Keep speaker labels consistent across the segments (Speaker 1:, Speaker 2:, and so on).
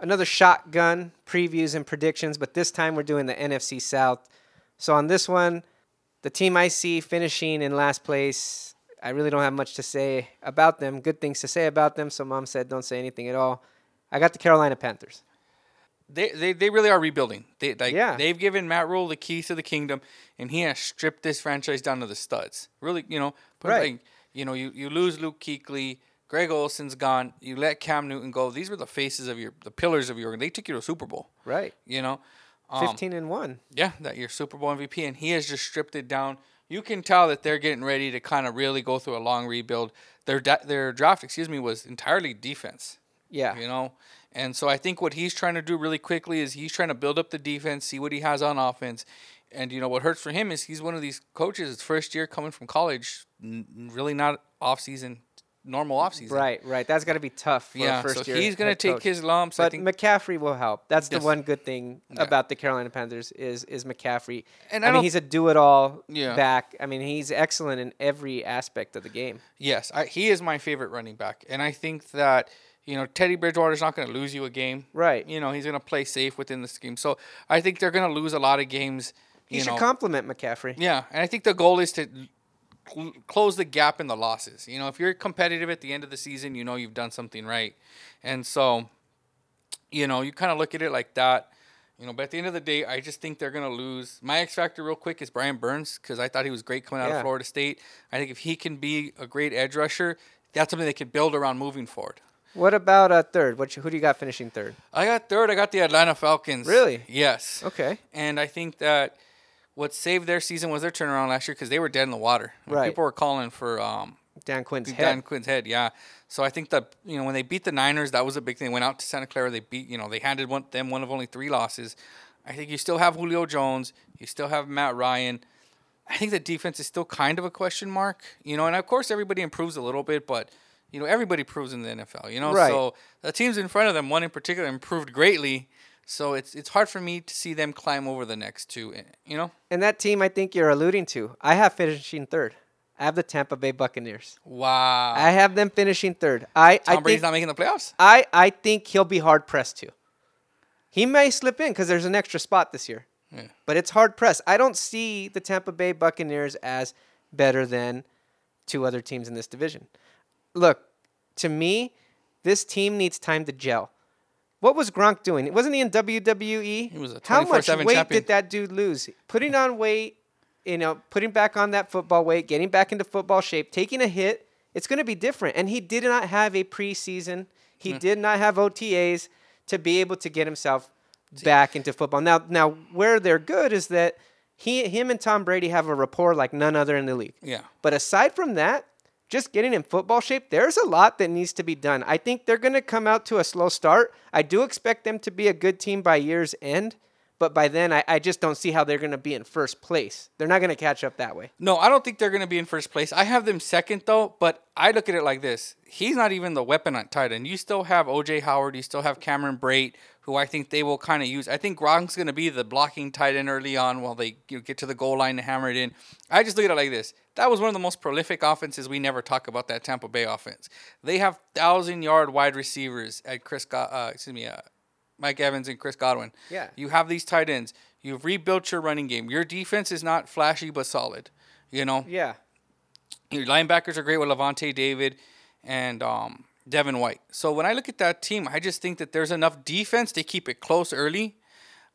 Speaker 1: another shotgun previews and predictions, but this time we're doing the NFC South. So on this one, the team I see finishing in last place, I really don't have much to say about them. Good things to say about them. So mom said don't say anything at all. I got the Carolina Panthers.
Speaker 2: They, they, they really are rebuilding. They like
Speaker 1: Yeah.
Speaker 2: they've given Matt Rule the keys to the kingdom, and he has stripped this franchise down to the studs. Really, you know, but
Speaker 1: Right.
Speaker 2: like, you know, you, you lose Luke Kuechly, Greg Olson's gone. You let Cam Newton go. These were the faces of your the pillars of your. organ- They took you to a Super Bowl.
Speaker 1: Right.
Speaker 2: You know, um,
Speaker 1: 15 and 1.
Speaker 2: yeah, that your Super Bowl MVP, and he has just stripped it down. You can tell that they're getting ready to kind of really go through a long rebuild. Their da- their draft, excuse me, was entirely defense.
Speaker 1: Yeah.
Speaker 2: You know, and so I think what he's trying to do really quickly is he's trying to build up the defense, see what he has on offense, and you know what hurts for him is he's one of these coaches. His first year coming from college, n- really not off season, normal off season.
Speaker 1: Right, right. That's got to be tough for
Speaker 2: Yeah.
Speaker 1: a first
Speaker 2: so
Speaker 1: year.
Speaker 2: he's gonna
Speaker 1: head
Speaker 2: take
Speaker 1: coach.
Speaker 2: his lumps. I
Speaker 1: But
Speaker 2: think
Speaker 1: McCaffrey will help. That's
Speaker 2: Yes.
Speaker 1: the one good thing about the Carolina Panthers is is McCaffrey.
Speaker 2: And
Speaker 1: And
Speaker 2: I
Speaker 1: I,
Speaker 2: don't-
Speaker 1: mean, he's a do-it-all
Speaker 2: Yeah.
Speaker 1: back. I mean, he's excellent in every aspect of the game.
Speaker 2: Yes, I, he is my favorite running back, and I think that you know Teddy Bridgewater's not going to lose you a game.
Speaker 1: Right.
Speaker 2: You know he's going to play safe within the scheme, so I think they're going to lose a lot of games.
Speaker 1: He
Speaker 2: you
Speaker 1: should
Speaker 2: know.
Speaker 1: compliment McCaffrey.
Speaker 2: Yeah, and I think the goal is to cl- close the gap in the losses. You know, if you're competitive at the end of the season, you know you've done something right, and so you know you kind of look at it like that. You know, but at the end of the day, I just think they're gonna lose. My X factor, real quick, is Brian Burns because I thought he was great coming out of
Speaker 1: Yeah.
Speaker 2: Florida State. I think if he can be a great edge rusher, that's something they can build around moving forward.
Speaker 1: What about uh, third? What you, who do you got finishing third?
Speaker 2: I got third. I got the Atlanta Falcons.
Speaker 1: Really?
Speaker 2: Yes.
Speaker 1: Okay.
Speaker 2: And I think that what saved their season was their turnaround last year because they were dead in the water. When
Speaker 1: Right.
Speaker 2: People were calling for um,
Speaker 1: Dan Quinn's head.
Speaker 2: Dan Quinn's head. Yeah. So I think that you know when they beat the Niners, that was a big thing. Went out to Santa Clara, they beat you know they handed one, them one of only three losses. I think you still have Julio Jones. You still have Matt Ryan. I think the defense is still kind of a question mark. You know, and of course everybody improves a little bit, but. You know, everybody proves in the NFL. You know,
Speaker 1: Right.
Speaker 2: so the teams in front of them, one in particular, improved greatly. So it's it's hard for me to see them climb over the next two. eh, You know,
Speaker 1: And that team I think you're alluding to, I have finishing third. I have the Tampa Bay Buccaneers.
Speaker 2: wow.
Speaker 1: I have them finishing third. I, I
Speaker 2: Tom
Speaker 1: think
Speaker 2: Brady's not making the playoffs.
Speaker 1: I, I think he'll be hard pressed to. He may slip in because there's an extra spot this year.
Speaker 2: Yeah.
Speaker 1: But it's hard pressed. I don't see the Tampa Bay Buccaneers as better than two other teams in this division. Look, to me, this team needs time to gel. What was Gronk doing? Wasn't he in WWE?
Speaker 2: He was a
Speaker 1: How much
Speaker 2: 24/7
Speaker 1: weight
Speaker 2: champion.
Speaker 1: did that dude lose? Putting on weight, you know, putting back on that football weight, getting back into football shape, taking a hit, it's going to be different. And he did not have a preseason. He did not have OTAs to be able to get himself back into football. Now, now where they're good is that he, him, and Tom Brady have a rapport like none other in the league.
Speaker 2: Yeah.
Speaker 1: But aside from that, just getting in football shape, there's a lot that needs to be done. I think they're going to come out to a slow start. I do expect them to be a good team by year's end, but by then, I, I just don't see how they're going to be in first place. They're not going to catch up that way.
Speaker 2: No, I don't think they're going to be in first place. I have them second though, but I look at it like this: he's not even the weapon on tight end. You still have OJ Howard, you still have Cameron Brate, who I think they will kind of use. I think Gronk's going to be the blocking tight end early on while they you know, get to the goal line to hammer it in. I just look at it like this: that was one of the most prolific offenses. We never talk about that Tampa Bay offense. They have thousand yard wide receivers at Chris, Go- uh, excuse me, uh, Mike Evans and Chris Godwin.
Speaker 1: Yeah.
Speaker 2: You have these tight ends. You've rebuilt your running game. Your defense is not flashy but solid. You know,
Speaker 1: Yeah.
Speaker 2: your linebackers are great with Levante David and um, Devin White. So when I look at that team, I just think that there's enough defense to keep it close early.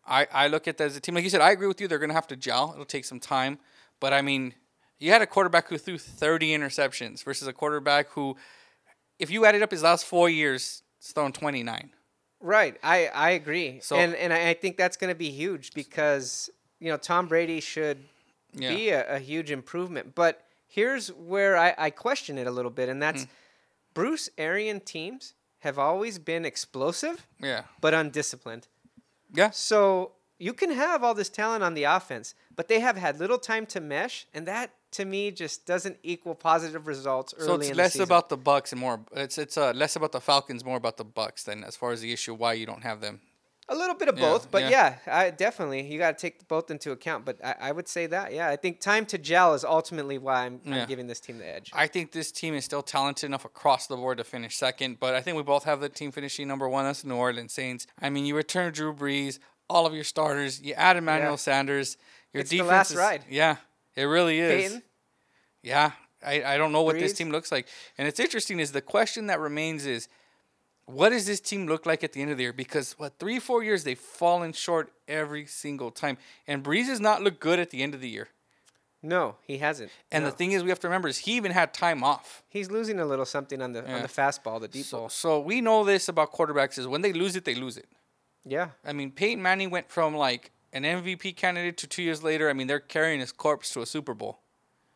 Speaker 2: I, I look at that as a team. Like you said, I agree with you. They're going to have to gel. It'll take some time. But I mean, you had a quarterback who threw 30 interceptions versus a quarterback who, if you added up his last four years, has thrown 29.
Speaker 1: Right. I, I agree.
Speaker 2: So-
Speaker 1: and and I I think that's going to be huge because, you know, Tom Brady should
Speaker 2: Yeah.
Speaker 1: be a, a huge improvement. But here's where I, I question it a little bit, and that's Bruce Arian teams have always been explosive
Speaker 2: Yeah.
Speaker 1: but undisciplined.
Speaker 2: Yeah.
Speaker 1: So you can have all this talent on the offense, but they have had little time to mesh, and that to me just doesn't equal positive results early
Speaker 2: So it's
Speaker 1: in
Speaker 2: less
Speaker 1: the season.
Speaker 2: about the Bucks and more. It's it's uh, less about the Falcons, more about the Bucks. Then, as far as the issue why you don't have them
Speaker 1: A little bit of
Speaker 2: Yeah,
Speaker 1: both, but yeah,
Speaker 2: yeah.
Speaker 1: I, definitely you got to take both into account. But I, I would say that, yeah, I think time to gel is ultimately why I'm,
Speaker 2: Yeah.
Speaker 1: I'm giving this team the edge.
Speaker 2: I think this team is still talented enough across the board to finish second, but I think we both have the team finishing number one. That's the New Orleans Saints. I mean, you return Drew Brees, all of your starters, you add Emmanuel
Speaker 1: Yeah.
Speaker 2: Sanders. Your
Speaker 1: It's the
Speaker 2: defense
Speaker 1: last
Speaker 2: is-
Speaker 1: ride.
Speaker 2: Yeah, it really is.
Speaker 1: Peyton?
Speaker 2: Yeah, I, I don't know what this
Speaker 1: Brees?
Speaker 2: team looks like, and it's interesting. Is the question that remains is, what does this team look like at the end of the year? Because what three four years they've fallen short every single time, and Brees has not looked good at the end of the year.
Speaker 1: No, he hasn't.
Speaker 2: And
Speaker 1: No.
Speaker 2: the thing is, we have to remember is he even had time off.
Speaker 1: he's losing a little something on the on
Speaker 2: Yeah.
Speaker 1: the fastball, the deep
Speaker 2: So,
Speaker 1: ball.
Speaker 2: so we know this about quarterbacks is when they lose it, they lose it.
Speaker 1: Yeah,
Speaker 2: I mean, Peyton Manning went from like an MVP candidate to two years later. I mean, they're carrying his corpse to a Super Bowl.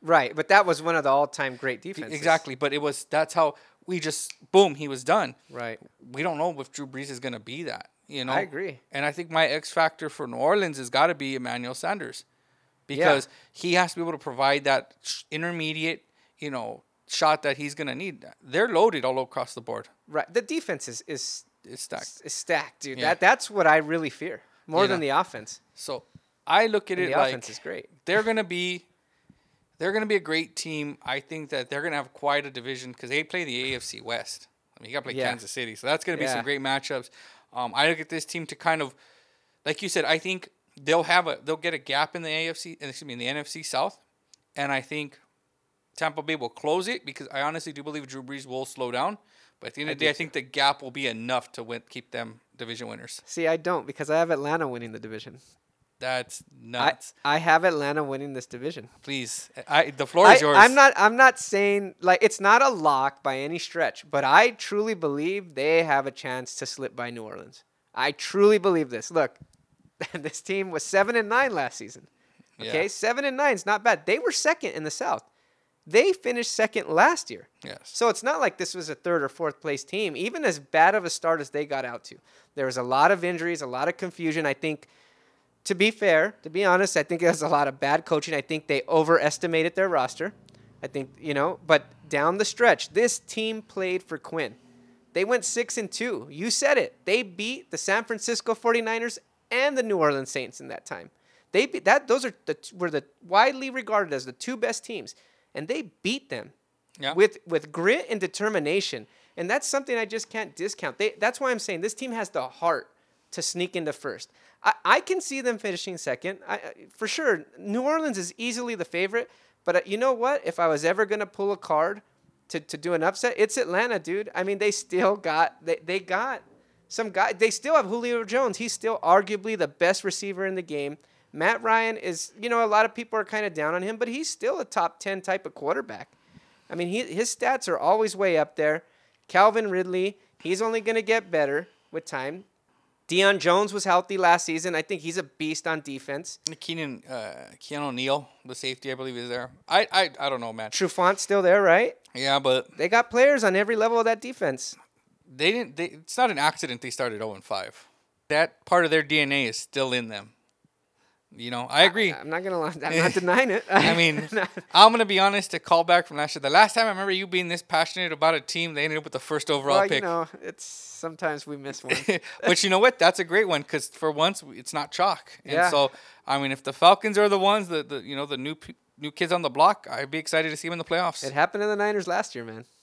Speaker 1: right. But that was one of the all time great defenses.
Speaker 2: E, Exactly, but it was that's how we just boom, he was done.
Speaker 1: Right.
Speaker 2: We don't know if Drew Brees is going to be that. You know,
Speaker 1: I agree.
Speaker 2: And I think my X factor for New Orleans has got to be Emmanuel Sanders because he has to be able to provide that sh- intermediate, you know, shot that he's going to need. They're loaded all across the board.
Speaker 1: Right. The defense is is,
Speaker 2: It's stacked.
Speaker 1: is stacked, dude.
Speaker 2: Yeah.
Speaker 1: That that's what I really fear more
Speaker 2: You
Speaker 1: than
Speaker 2: know.
Speaker 1: the offense.
Speaker 2: So I look at
Speaker 1: And
Speaker 2: it
Speaker 1: the
Speaker 2: like
Speaker 1: offense is great.
Speaker 2: they're gonna be they're gonna be a great team. I think that they're gonna have quite a division because they play the AFC West. I mean, you gotta play
Speaker 1: Yeah.
Speaker 2: Kansas City, so that's gonna be
Speaker 1: Yeah.
Speaker 2: some great matchups. Um, I look at this team to kind of, like you said, I think they'll have a they'll get a gap in the AFC, excuse me, in the NFC South, and I think Tampa Bay will close it because I honestly do believe Drew Brees will slow down. But at the end of the day, I think the gap will be enough to win, keep them division winners.
Speaker 1: See, I don't because I have Atlanta winning the division.
Speaker 2: That's
Speaker 1: I,
Speaker 2: nuts.
Speaker 1: I have Atlanta winning this division.
Speaker 2: Please, I the floor is yours.
Speaker 1: I, am not. I'm not saying like it's not a lock by any stretch, but I truly believe they have a chance to slip by New Orleans. I truly believe this. Look, this team was seven and nine last season.
Speaker 2: Yeah.
Speaker 1: Okay, seven and nine is not bad. They were second in the South. They finished second last year.
Speaker 2: Yes.
Speaker 1: So it's not like this was a third or fourth place team, even as bad of a start as they got out to. There was a lot of injuries, a lot of confusion. I think, to be fair, to be honest, I think it was a lot of bad coaching. I think they overestimated their roster. I think, you know, but down the stretch, this team played for Quinn. They went six and two. You said it. They beat the San Francisco 49ers and the New Orleans Saints in that time. They beat that those are the t- were the widely regarded as the two best teams. And they beat them
Speaker 2: Yeah.
Speaker 1: with with grit and determination. And that's something I just can't discount. They, that's why I'm saying this team has the heart to sneak into first. I, I can see them finishing second I, I- for sure. New Orleans is easily the favorite, but uh, you know what? If I was ever gonna pull a card to, to do an upset, it's Atlanta, dude. I mean, they still got they, they got some guy. They still have Julio Jones. He's still arguably the best receiver in the game. Matt Ryan is, you know, a lot of people are kind of down on him, but he's still a top ten type of quarterback. I mean, he, his stats are always way up there. Calvin Ridley, he's only going to get better with time. Deion Jones was healthy last season. I think he's a beast on defense.
Speaker 2: Keenan uh, Keanu Neal, the safety, I believe, is there. I I, I don't know, man.
Speaker 1: Trufant's still there, right?
Speaker 2: Yeah, but
Speaker 1: They got players on every level of that defense.
Speaker 2: they didn't. They, it's not an accident they started 0 and 5. That part of their DNA is still in them. You know, I agree. I,
Speaker 1: I'm not going to lie. I'm not denying it.
Speaker 2: mean, I'm gonna be honest. To call back from last year, the last time I remember you being this passionate about a team, they ended up with the first overall
Speaker 1: well, you
Speaker 2: pick.
Speaker 1: know, it's sometimes we miss one.
Speaker 2: but you know what? That's a great one because for once it's not chalk. And
Speaker 1: Yeah.
Speaker 2: so I mean, if the Falcons are the ones that the you know the new p- new kids on the block, I'd be excited to see them in the playoffs.
Speaker 1: it happened to the Niners last year, man.